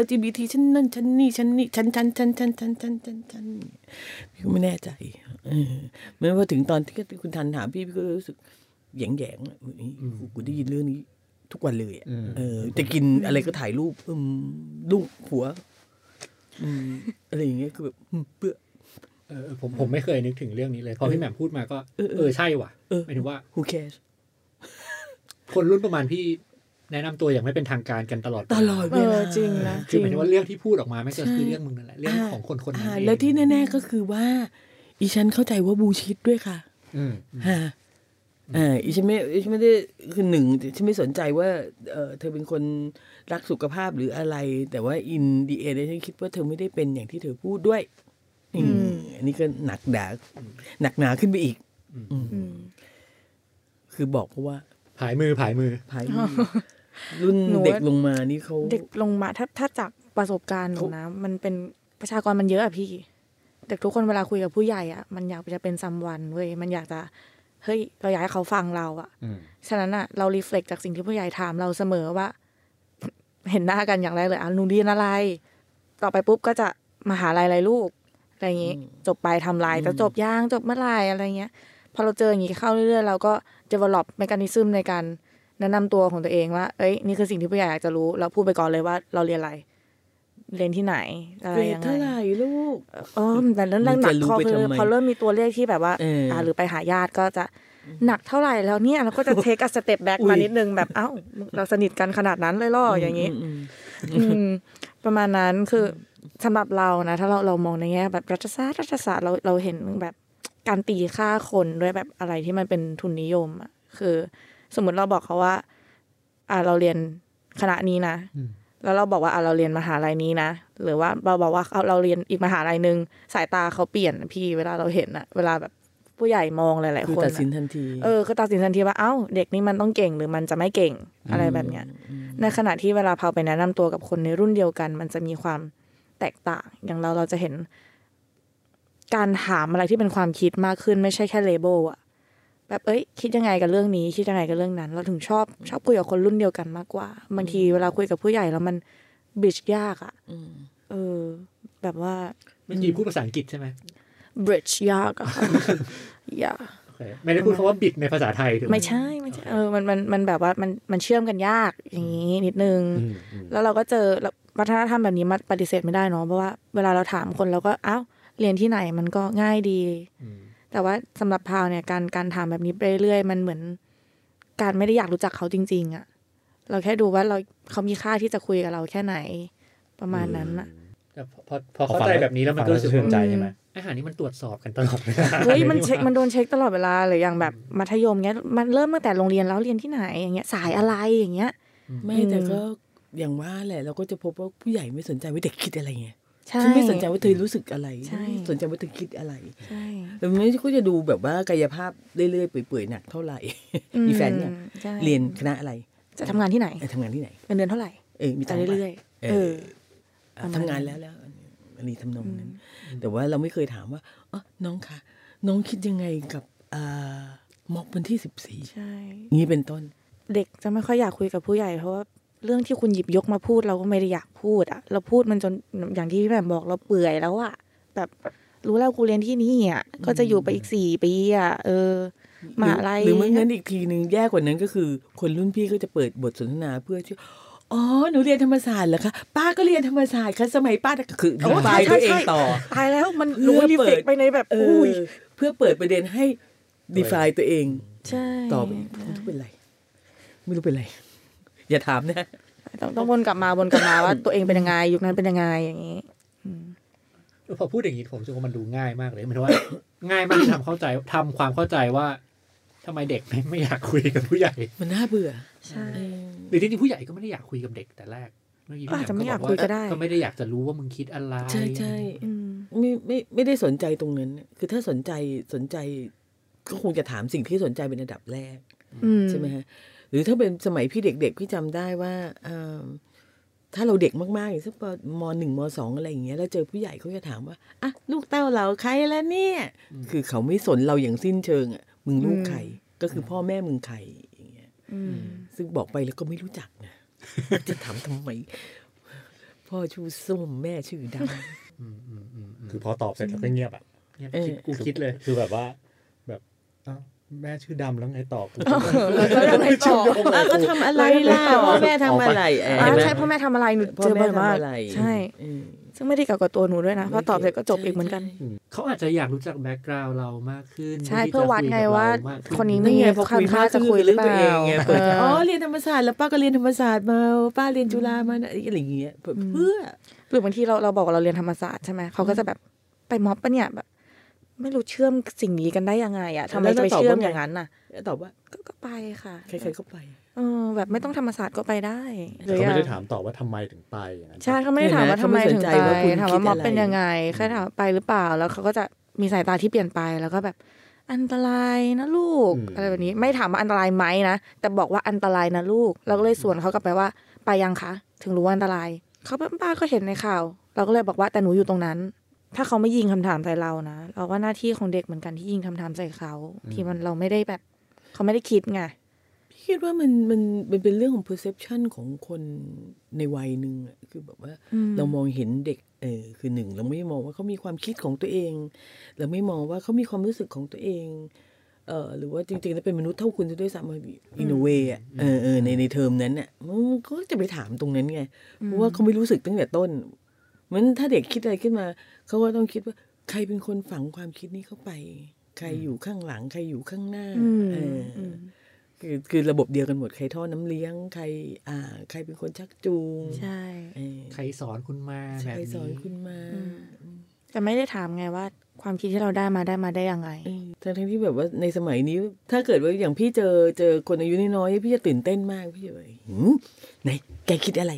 [SPEAKER 3] LGBT ฉันนั่นฉันนี่ฉันนี่ฉันฉันฉันฉันฉันฉันฉันฉันพี่ก็ไม่แน่ใจเออแม้ว่าถึงตอนที่คุณทันถามพี่พี่ก็รู้สึกแหยงแหยงๆอะอุ๊ยกูกูได้ยินเรื่องนี้ทุกวันเลยอะเออจะกินอะไรก็ถ่ายรูปอืมลูกผัว อืมอะไรอย่างเงี้ยคือแบบอืมเบื่อ
[SPEAKER 5] เออเออผมผมไม่เคยนึกถึงเรื่องนี้เลยพอพี่แหม่มพูดมาก็
[SPEAKER 3] เออเออ
[SPEAKER 5] เออใช่ว่ะ
[SPEAKER 3] เออ
[SPEAKER 5] หมายถึงว่า
[SPEAKER 3] who cares
[SPEAKER 5] คนรุ่นประมาณพี่แนะนำตัวอย่างไม่เป็นทางการกันตลอด
[SPEAKER 3] ตลอด
[SPEAKER 4] เอ
[SPEAKER 3] เวลา
[SPEAKER 4] อจริงนะจ
[SPEAKER 5] คือ
[SPEAKER 4] ริง
[SPEAKER 5] หมายถึงว่าเรื่องที่พูดออกมาไม่เกินคือเรื่องมึงนั่นแหละเรื่องของคนคนนั้น
[SPEAKER 3] อ่า
[SPEAKER 5] เอง
[SPEAKER 3] แล้วที่แน่ ๆก็คือว่า อีฉันเข้าใจว่าบูชิดด้วยค่ะ
[SPEAKER 2] อืม
[SPEAKER 3] ฮะ อ่าอีฉันไม่อีฉันไม่ได้คือหนึ่งฉันไม่สนใจว่าเออเธอเป็นคนรักสุขภาพหรืออะไร แต่ว่าอินดีเอฉันคิดว่าเธอไม่ได้เป็นอย่างที่เธอพูดด้วยอืมอันนี้ก็หนักดาหนักหนาขึ้นไปอีก
[SPEAKER 4] อืม
[SPEAKER 3] คือบอกเพราะว่า
[SPEAKER 5] ผายมือผายมือ
[SPEAKER 3] ภายในรุ่น
[SPEAKER 4] หนูว่า
[SPEAKER 3] เด็กลงมานี่เขา
[SPEAKER 4] เด็กลงมาถ้าถ้าจากประสบการณ์หนู
[SPEAKER 3] เขาน
[SPEAKER 4] นะ มันเป็นประชากรมันเยอะอะพี่ เด็กทุกคนเวลาคุยกับผู้ใหญ่อะมันอยากจะเป็นซัมวันเว้ยมันอยากจะเฮ้ยเราอยากให้เขาฟังเราอะ
[SPEAKER 2] อืม
[SPEAKER 4] ฉะนั้นอะเรารีเฟล็กจากสิ่งที่ผู้ใหญ่ถามเราเสมอว่า เห็นหน้ากันอย่างแรกเลยอ่ะหนูเรียนอะไร ต่อไปปุ๊บก็จะมาหาลัยอะไรลูกอะไรอย่างงี้ จบไปทำลายจะจบย่างจบเมื่อไหรอะไรเงี้ย พอเราเจออย่างงี้เข้าเรื่อยๆเราก็ develop mechanism ในการ แนะนำตัวของตัวเองว่า เอ้ย นี่คือสิ่งที่ผู้ใหญ่อยากจะรู้ เราพูดไปก่อนเลยว่าเราเรียนอะไร เรียนที่ไหน อะไร
[SPEAKER 3] เกรด
[SPEAKER 4] ยังไง
[SPEAKER 3] เท่าไหร่ลูก
[SPEAKER 4] เออแต่เรื่องหนัก
[SPEAKER 3] จะรู้
[SPEAKER 4] พอ
[SPEAKER 3] ไป
[SPEAKER 4] คือ
[SPEAKER 3] ทำไม
[SPEAKER 4] พอเริ่มมีตัวเลขที่แบบว่า
[SPEAKER 3] เอออ่
[SPEAKER 4] ะหรือไปหาญาติก็จะหนักเท่าไหร่แล้วเนี่ยเราก็จะ take a step back
[SPEAKER 3] อุ๊ย
[SPEAKER 4] มานิดนึงแบบเอ้าเราสนิทกันขนาดนั้นเลยล่ออย่างนี้
[SPEAKER 3] มม
[SPEAKER 4] อืมประมาณนั้นคือสำหรับเรานะ ถ้าเราเรามองในแง่แบบรัฐศาสตร์รัฐศาสตร์เราเราเห็นแบบการตีค่าคนด้วยแบบอะไรที่มันเป็นทุนนิยมอ่ะคือ สมมติเราบอกเขาว่า อ่าเราเรียนคณะนี้นะ แล้วเราบอกว่าอ่าเราเรียนมหาลัยนี้นะ หรือว่าเราบอกว่าเอาเราเรียนอีกมหาลัยหนึ่งสายตาเขาเปลี่ยนนะพี่เวลาเราเห็นอะเวลาแบบผู้ใหญ่มองหลาย
[SPEAKER 3] คื
[SPEAKER 4] ๆ
[SPEAKER 3] อ
[SPEAKER 4] คน
[SPEAKER 3] ตัดสิน
[SPEAKER 4] อะ
[SPEAKER 3] ทันที
[SPEAKER 4] เออคือตัดสินทันทีว่าเอ้าเด็กนี่มันต้องเก่งหรือมันจะไม่เก่งอะไรแบบเนี้ย ในขณะที่เวลาพาไปแนะนำตัวกับคนในรุ่นเดียวกัน มันจะมีความแตกต่าง อย่างเราเราจะเห็น การถามอะไรที่เป็นความคิดมากขึ้นไม่ใช่แค่เลเบลอะแบบเอ้ย คิดยังไงกับเรื่องนี้ คิดยังไงกับเรื่องนั้น เราถึงชอบชอบคุยกับคนรุ่นเดียวกันมากกว่าบางทีเวลาคุยกับผู้ใหญ่แล้วมันบิชยากอะ
[SPEAKER 3] อืม
[SPEAKER 4] เออ แบบว่า
[SPEAKER 5] เมื่อกี้พูดภาษาอังกฤษใช่ไหม
[SPEAKER 4] บริดจ์ยากอะ ค่ะ ยาก
[SPEAKER 5] โอเคไม่ได้พูดคำว่าบิดในภาษาไทยถูกห
[SPEAKER 4] ไม่ใช่ไม่ใช่เออมันมันมันแบบว่ามันมันเชื่อมกันยากอย่างนี้นิดนึง
[SPEAKER 2] อืมอืม
[SPEAKER 4] แล้วเราก็เจอวัฒนธรรมแบบนี้มันปฏิเสธไม่ได้เนาะเพราะว่าเวลาเราถามคนเราก็เอ้าเรียนที่ไหนมันก็ง่ายดี
[SPEAKER 5] อืม
[SPEAKER 4] แต่ว่าสำหรับพาวเนี่ยการการถามแบบนี้ไปเรื่อยๆมันเหมือน การไม่ได้อยากรู้จักเขาจริง ๆอะเราแค่ดูว่าเราเขามีค่าที่จะคุยกับเราแค่ไหน ประมาณนั้นอะ
[SPEAKER 5] แต่พอพอพอเข้าใจแบบนี้แล้วมันก็รู้สึก
[SPEAKER 2] ฟังเชื่
[SPEAKER 5] ว่า
[SPEAKER 2] อใจใช่ไหม
[SPEAKER 5] อาหารนี้มันตรวจสอบกันตลอดเวลา
[SPEAKER 4] เฮ้ยมันเช็คมันโดนเช็คตลอดเวลาหรืออย่างแบบมัธยมเงี้ยมันเริ่มตั้งแต่โรงเรียนแล้วเรียนที่ไหนอย่างเงี้ยสายอะไรอย่างเงี้ย
[SPEAKER 3] ไม่
[SPEAKER 4] อืม
[SPEAKER 3] แต่ก็อย่างว่าแหละเราก็จะพบว่าผู้ใหญ่ไม่สนใจว่าเด็กคิดอะไรไง
[SPEAKER 4] ใช่
[SPEAKER 3] ฉันไม่สนใจว่าเธอรู้สึกอะไร
[SPEAKER 4] ใช่
[SPEAKER 3] ฉันไม่สนใจว่าเธอคิดอะไร
[SPEAKER 4] ใช่
[SPEAKER 3] แต่มันก็จะดูแบบว่ากายภาพเรื่อยๆเปื่อยๆหนักเท่าไหร่
[SPEAKER 4] อืม
[SPEAKER 3] มีแฟนเนี่ยง
[SPEAKER 4] ใช่
[SPEAKER 3] เรียนคณะอะไร
[SPEAKER 4] จะทำงานที่ไหน
[SPEAKER 3] เอ้ยทำงานที่ไหน
[SPEAKER 4] เงินเดือนเท่าไหร่
[SPEAKER 3] เอยมี
[SPEAKER 4] ไป
[SPEAKER 3] ตังค์ปะ
[SPEAKER 4] เรื่อยๆ
[SPEAKER 3] เอ
[SPEAKER 4] เอ
[SPEAKER 3] อ
[SPEAKER 4] อ
[SPEAKER 3] อ่ะทำงานแล้วแล้วอันนี้ทำนองนั้น แต่ว่าเราไม่เคยถามว่าอ๋อน้องคะน้องคิดยังไงกับอ่าม็อบวันที่สิบสี่
[SPEAKER 4] ใช่
[SPEAKER 3] นี้เป็นต้น
[SPEAKER 4] เด็กจะไม่ค่อยอยากคุยกับผู้ใหญ่เพราะว่าเรื่องที่คุณหยิบยกมาพูดเราก็ไม่ได้อยากพูดอะเราพูดมันจนอย่างที่พี่แหม่มบอกเราเปื่อยแล้วอะแบบรู้แล้วกูเรียนที่นี่อะก็จะอยู่ไปอีกสี่ปีอะเออมหาอะไร
[SPEAKER 3] หรือไม่งั้นอีกทีหนึ่งแย่กว่านั้นก็คือ คนรุ่นพี่ก็จะเปิดบทสนทนาเพื่อที่อ๋อหนูเรียนธรรมศาสตร์เหรอคะป้าก็เรียนธรรมศาสตร์ค่ะสมัยป้าคืออ
[SPEAKER 4] โอ้
[SPEAKER 3] ธิบาย
[SPEAKER 4] ใช่
[SPEAKER 3] ตัวเอ
[SPEAKER 4] ใช่
[SPEAKER 3] งต่อ
[SPEAKER 4] ตายแล้วมัน
[SPEAKER 3] เพื่อ
[SPEAKER 4] รู้รี
[SPEAKER 3] เปิ
[SPEAKER 4] เฟ
[SPEAKER 3] ด
[SPEAKER 4] กไปในแบบ
[SPEAKER 3] เอ
[SPEAKER 4] อุ้
[SPEAKER 3] อย เพื่อเปิดประเด็นให้ define ตัวเอง
[SPEAKER 4] ใช่
[SPEAKER 3] ต่อไปอีกไม่รู้เป็นไรไม่รู้เป็นไร อย่าถามนะ
[SPEAKER 4] ต้องต้องวนกลับมาวนกลับมาว่าตัวเองเป็นยังไงยุคนั้นเป็นยังไงอย่างนี้
[SPEAKER 5] พอพูดอย่างนี้ผมรู้สึกว่ามันดูง่ายมากเลยหมายถึงว่า ง่ายมากที่ทำเข้าใจทำความเข้าใจว่าทำไมเด็กไม่ไม่อยากคุยกับผู้ใหญ่
[SPEAKER 3] มันน่าเบื่อ
[SPEAKER 4] ใช่
[SPEAKER 5] หรือจริงๆผู้ใหญ่ก็ไม่ได้อยากคุยกับเด็กแต่แรกเมื่อกี้พี่
[SPEAKER 4] อาจจะ
[SPEAKER 5] แห
[SPEAKER 4] ไม่
[SPEAKER 5] ม่
[SPEAKER 4] อยาก
[SPEAKER 5] บว่
[SPEAKER 4] คุยก็ได้
[SPEAKER 5] ก็ไม่ได้อยากจะรู้ว่ามึงคิดอะไร
[SPEAKER 3] ใช่ใช่
[SPEAKER 4] อืม
[SPEAKER 3] ไม่ไม่ไม่ได้สนใจตรงนั้น คือถ้าสนใจสนใจก็คงจะถามสิ่งที่สนใจเป็นอันดับแรก
[SPEAKER 4] อื
[SPEAKER 3] ใช่ไหมฮะหรือถ้าเป็นสมัยพี่เด็กๆ พี่จำได้ว่าเอิ่มถ้าเราเด็กมากๆอย่างสักปมหนึ่งมสองอะไรอย่างเงี้ยแล้วเจอผู้ใหญ่เขาจะถามว่าอ่ะลูกเต้าเราใครแล้วเนี่ย คือเขาไม่สนเราอย่างสิ้นเชิงอ่ะมึงลูกใครก็คือพ่อแม่มึงใครอย่างเงี้ย
[SPEAKER 4] อืม
[SPEAKER 3] ซึ่งบอกไปแล้วก็ไม่รู้จักนะ จะถามทำไม พ่อชูส้มแม่ชื่อดำ
[SPEAKER 5] อืมอืมอืมอืม
[SPEAKER 2] คือพอตอบเสร็จแล้วก็เงียบอ่ะ
[SPEAKER 5] เนี่ย
[SPEAKER 3] เออ
[SPEAKER 5] คิดกูคิดเลย
[SPEAKER 2] คือแบบว่า แบบอ้าวแม่ชื่อดำแล้วไงตอบกู
[SPEAKER 4] แล้วยังไงต่อ
[SPEAKER 3] อ่ะก็ทำอะไรล่ะพ่อแม่ทำอะไรเออ
[SPEAKER 4] อ่า
[SPEAKER 3] เห็นไหม
[SPEAKER 4] ใช่พ่อแม่ทำอะไรหนู
[SPEAKER 3] พ่อ
[SPEAKER 4] เจอ
[SPEAKER 3] แม่
[SPEAKER 4] บ่อย
[SPEAKER 3] ทำ
[SPEAKER 4] มาก
[SPEAKER 3] อะไร
[SPEAKER 4] ใช่
[SPEAKER 3] อืม
[SPEAKER 4] ซึ่งไม่ได้เกี่ยวกับตัวหนูด้วยนะเพอตอบเสร็จก็จบอีกเหมือนกัน
[SPEAKER 5] เขาอาจจะอยากรู้จักแบ็กกราวด์เรามากขึ้น
[SPEAKER 4] ใช่
[SPEAKER 5] ที่จะ
[SPEAKER 4] เพื่อวัดไง
[SPEAKER 5] คุยกับ
[SPEAKER 4] ว่า
[SPEAKER 5] เรมก
[SPEAKER 4] คนนี้
[SPEAKER 5] ขึ้
[SPEAKER 4] ไม่
[SPEAKER 3] นี่
[SPEAKER 4] ไง
[SPEAKER 3] ไง
[SPEAKER 4] พ
[SPEAKER 3] พ
[SPEAKER 4] อ
[SPEAKER 3] อ
[SPEAKER 4] คุ
[SPEAKER 3] คุ
[SPEAKER 4] ยมาม
[SPEAKER 3] ยาก ก
[SPEAKER 4] จะ
[SPEAKER 3] จะ
[SPEAKER 4] คุ
[SPEAKER 3] คุ
[SPEAKER 4] ย
[SPEAKER 3] ย
[SPEAKER 4] หรื
[SPEAKER 3] เรื่อง
[SPEAKER 4] อเปล่า
[SPEAKER 3] ตัวเองไงเปิด
[SPEAKER 4] เอออ๋
[SPEAKER 3] อ๋อเรียนธรรมศาสตร์แล้วป้าก็เรียนธรรมศาสตร์มาป้าเรียนจุฬามานะอะไรอย่างเงี้ยเพื่อเพื่อ
[SPEAKER 4] หรือบางทีเราเราบอกว่าเราเรียนธรรมศาสตร์ใช่ไหมเขาก็จะแบบไปม็อบปะเนี่ยแบบ ไม่รู้เชื่อมสิ่งนี้กันได้ยังไงอะทำไม
[SPEAKER 3] แล้ว
[SPEAKER 4] จะ
[SPEAKER 3] จะ
[SPEAKER 4] ไป
[SPEAKER 3] ตอบ
[SPEAKER 4] เชื่อม
[SPEAKER 3] ว่าไง
[SPEAKER 4] อย่างนั้นน่ะ
[SPEAKER 3] แล้วตอบว่า
[SPEAKER 4] ก็ก็ไปค่ะ
[SPEAKER 3] ใครๆก็ไป
[SPEAKER 4] เออแบบไม่ต้องธรรมศาสตร์ก็ไปได้หรือ
[SPEAKER 2] เขาไม่ได้
[SPEAKER 4] อะ
[SPEAKER 2] ถามต่อว่าทำไมถึงไปอย่างนั้น
[SPEAKER 4] ใช่เขาไม่ได้ถามว่าทำไมถึง
[SPEAKER 3] เขาไม่สน
[SPEAKER 4] ไป
[SPEAKER 3] ใจว่าคุณ
[SPEAKER 4] ถามว่าม็อบ
[SPEAKER 3] คิดอะไร
[SPEAKER 4] เป็นยังไงแค่ถามว่าไปหรือเปล่าแล้วเขาก็จะมีสายตาที่เปลี่ยนไปแล้วก็แบบ อันตรายนะลูกอะไรแบบนี้ไม่ถามว่าอันตรายไหมนะแต่บอกว่าอันตรายนะลูก เราก็เลยสวนเขากลับไปว่าไปยังคะ ถึงรู้ว่าอันตรายเขาแบบป้าก็เห็นในข่าว เราก็เลยบอกว่าแต่หนูอยู่ตรงนั้น ถ้าเขาไม่ยิงคำถามใส่เรานะเราก็หน้าที่ของเด็กเหมือนกันที่ยิงคำถามใส่เขาที่มันเราไม่ได้แบบ เขาไม่ได้คิดไง
[SPEAKER 3] พี่คิดว่ามันมันมันเป็นเรื่องของ perception ของคนในวัยหนึ่งอะคือแบบว่า
[SPEAKER 4] อืม
[SPEAKER 3] เรามองเห็นเด็กเออคือหนึ่งเราไม่มองว่าเขามีความคิดของตัวเอง เราไม่มองว่าเขามีความรู้สึกของตัวเองเออหรือว่าจริงๆแล้วเป็นมนุษย์เท่าคุณซะด้วยซ้ำอินเวอ่ะเออเออในในเทอมนั้นอ่ะมันก็จะไปถามตรงนั้นไงเพราะว่าเขาไม่รู้สึกตั้งแต่ต้นเหมันถ้าเด็กคิดอะไรขึ้นมาเขาก็ต้องคิดว่าใครเป็นคนฝังความคิดนี้เข้าไป ใครอยู่ข้างหลังใครอยู่ข้างหน้า
[SPEAKER 4] อืม
[SPEAKER 3] เอออ
[SPEAKER 4] อืม
[SPEAKER 3] คือคือระบบเดียวกันหมดใครท่อดน้ำเลี้ยงใคร อ่า ใครเป็นคนชักจูง
[SPEAKER 4] ใช่
[SPEAKER 3] เออ
[SPEAKER 5] ใครสอนคุณมาแบ
[SPEAKER 3] ใค
[SPEAKER 5] บ
[SPEAKER 3] ร
[SPEAKER 5] นี้
[SPEAKER 3] สอนคุณมา
[SPEAKER 4] อืม แต่ไม่ได้ถามไงว่า ความคิดที่เราได้มาได้มาได้ยังไง
[SPEAKER 3] เออทั้งทั้งที่แบบว่าในสมัยนี้ ถ้าเกิดว่าอย่างพี่เจอเจอคนอายุน้อยๆพี่จะตื่นเต้นมากพี่จะแบบหืมไหนแกคิดอะไร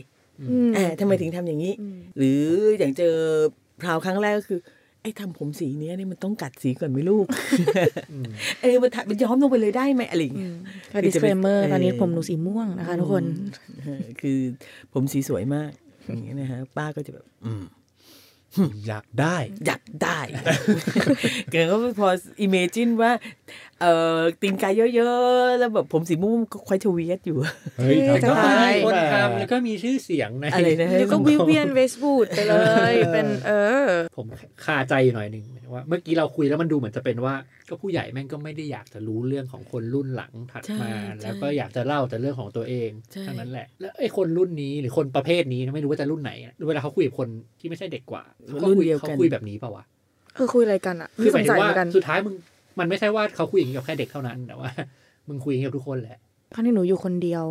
[SPEAKER 4] อืม
[SPEAKER 3] อ่าทำไมถึงทำอย่างนี้
[SPEAKER 4] อืม
[SPEAKER 3] หรืออย่างเจอพราวครั้งแรกก็คือ ไอ้ทำผมสีเนี้ยเนี่ยมันต้องกัดสีก่อนไหมลูก เออมันทำมันย้อมลงไปเลยได้ไหมอะไรอย่างเงี้ย
[SPEAKER 4] ก็
[SPEAKER 3] คือจะเป็น
[SPEAKER 4] disclaimer ตอนนี้ผมหนูสีม่วงนะคะทุกคน
[SPEAKER 3] เออคือผมสีสวยมากอย่างเงี้ยนะฮะป้าก็จะแบบ อืม
[SPEAKER 2] อยากได้
[SPEAKER 3] อยากได้ เกิดก็พออิเมจินว่า เอ่อตีนกายเยอะๆ แล้วแบบผมสีม่วงก็ควายชเวียด อยู่
[SPEAKER 2] เฮ้ย
[SPEAKER 4] เฮ้ยจะ
[SPEAKER 5] ก็
[SPEAKER 4] ตา
[SPEAKER 5] มี
[SPEAKER 4] ย
[SPEAKER 5] คนทำแล้วก็มีชื่อเสียงใน
[SPEAKER 3] อะไรนะฮะ
[SPEAKER 4] เดี๋ยวก็วิเวียนเวสบูดไปเลย เป็นเออ
[SPEAKER 5] ผมคาใจอยู่หน่อยหนึ่งว่า เมื่อกี้เราคุยแล้วมันดูเหมือนจะเป็นว่า ก็ผู้ใหญ่แม่งก็ไม่ได้อยากจะรู้เรื่องของคนรุ่นหลังถัดมา
[SPEAKER 3] ใช่
[SPEAKER 5] แล้วก็อยากจะเล่าแต่เรื่องของตัวเอง
[SPEAKER 3] ใช่
[SPEAKER 5] ทั้งนั้นแหละ แล้วไอ้คนรุ่นนี้หรือคนประเภทนี้นะไม่รู้ว่าจะรุ่นไหนอะเวลาเขาคุยกับคนที่ไม่ใช่เด็กกว่าเขาคุเขาคุยแบบนี้เปล่าวะ
[SPEAKER 4] คือคุยอะไรกันอ่ะ
[SPEAKER 5] คือห
[SPEAKER 4] ส
[SPEAKER 5] มา
[SPEAKER 4] งสั
[SPEAKER 5] ยถึ
[SPEAKER 4] ยเห
[SPEAKER 5] งว่า
[SPEAKER 4] มือนกัน
[SPEAKER 5] สุดท้ายมึงมันไม่ใช่ว่าเขาคุยอย่างนี้กับแค่เด็กเท่านั้นแต่ว่า มึงคุยอย่างนี้กับทุกคนแหละ
[SPEAKER 4] ครั้งที่หนูอยู่คนเดียว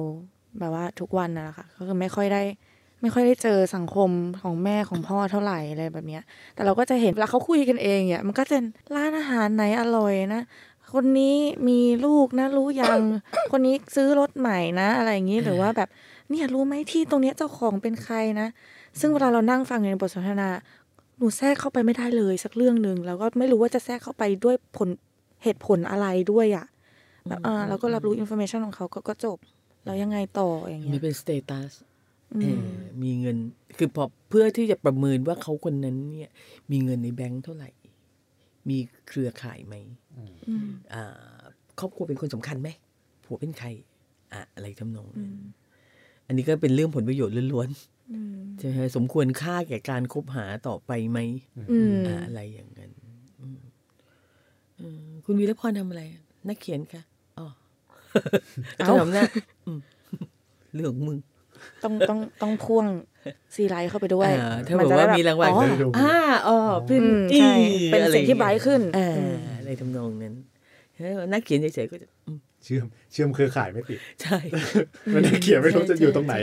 [SPEAKER 4] แบบว่าทุกวันนะนะคะก็คือไม่ค่อยได้ ไม่ค่อยได้เจอสังคมของแม่ของพ่อเท่าไหร่อะไรแบบเนี้ย แต่เราก็จะเห็นเวลาเขาคุยกันเองเนี่ยมันก็จะร้านอาหารไหนอร่อยนะ คนนี้มีลูกนะ รู้ยัง คนนี้ซื้อรถใหม่นะ อะไรอย่างนี้หรือว่าแบบเนี่ยรู้ไหมที่ตรงเนี้ยเจ้าของเป็นใครนะ ซึ่งเวลาเรานั่งฟังอยู่ในบทสนทนา หนูแทรกเข้าไปไม่ได้เลยสักเรื่องหนึ่งแล้วก็ไม่รู้ว่าจะแทรกเข้าไปด้วยผลเหตุผลอะไรด้วยอะแบบอ่าเราก็รับรู้อินโฟเมชันของเขาก็ก็จบ แล้วยังไงต่ออย่างเงี้
[SPEAKER 3] มัน
[SPEAKER 4] ย
[SPEAKER 3] เป็นสเตตัส
[SPEAKER 4] อืม
[SPEAKER 3] มีเงิน คือพอเพื่อที่จะประเมินว่าเขาคนนั้นเนี่ย มีเงินในแบงค์เท่าไหร่ มีเครือข่ายไหม
[SPEAKER 4] อืม
[SPEAKER 3] อ่า ครอบครัวเป็นคนสำคัญไหมผัวเป็นใคร อ่ะอะไรทำนองนั้นอันนี้ก็เป็นเรื่องผลประโยชน์ล้วน
[SPEAKER 4] อืม
[SPEAKER 3] ๆใช่ไหมฮะสมควรค่าแก่การคบหาต่อไปไหม
[SPEAKER 4] อืม
[SPEAKER 3] อะอะไรอย่างนั้นอืมอืมคุณวีรพรทำอะไร นักเขียนคะอ๋ อจะทำหน้าอืมเรื่องมึง
[SPEAKER 4] ต้องต้องต้องพ่วงซีไลท์เข้าไปด้วย
[SPEAKER 3] อ่าถ้าบอกว่ามีรางวัล
[SPEAKER 4] อ๋อ
[SPEAKER 3] อ่าอ๋อเป็น
[SPEAKER 4] อืมใช่เป็น
[SPEAKER 3] อะไร
[SPEAKER 4] สิ่งที่ไบรท์ขึ้น
[SPEAKER 3] อ่า
[SPEAKER 4] อืม
[SPEAKER 3] อะไรทำนองนั้นเฮ้ยนักเขียนเฉยๆก็จะอืม
[SPEAKER 2] เชื่อมเชื่อมเครือข่ายไม่ติด
[SPEAKER 3] ใช่
[SPEAKER 2] มัน ได้เขียนไม่รู้จะอยู่ตรงไหน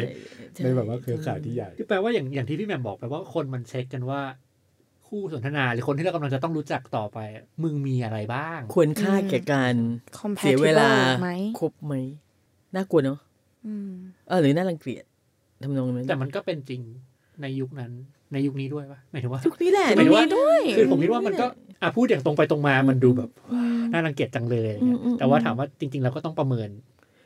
[SPEAKER 3] ช่
[SPEAKER 2] ในแบบว่าเครือข่ายที่ใหญ่
[SPEAKER 5] คือแปลว่าอย่างอย่างที่พี่แหม่มบอกไปว่าคนมันเช็คกันว่า คู่สนทนาหรือคนที่เรากำลังจะต้องรู้จักต่อไป มึงมีอะไรบ้าง
[SPEAKER 3] ควรค่าแก่การ
[SPEAKER 4] compatible
[SPEAKER 3] เสียเวลา
[SPEAKER 4] ไหม
[SPEAKER 3] ครบไหมน่ากลัวเนาะ
[SPEAKER 4] อืม
[SPEAKER 3] เออหรือน่ารังเกียจทำนองนั้น
[SPEAKER 5] แต่มันก็เป็นจริงในยุคนั้นในยุคนี้ด้วยปะหมายถึงว่า
[SPEAKER 3] ทุกนี้แหละ
[SPEAKER 5] หมายถึงว่า
[SPEAKER 3] ทุกนี้ด้วย
[SPEAKER 5] คือผมคิดว่ามันก็อ่ะพูดอย่างตรงไปตรงมามันดูแบบน่ารังเกียจจังเลยอะไรเงี้ย
[SPEAKER 3] อืมอืม
[SPEAKER 5] แต่ว่าถามว่าจริง ๆ เราก็ต้องประเมิน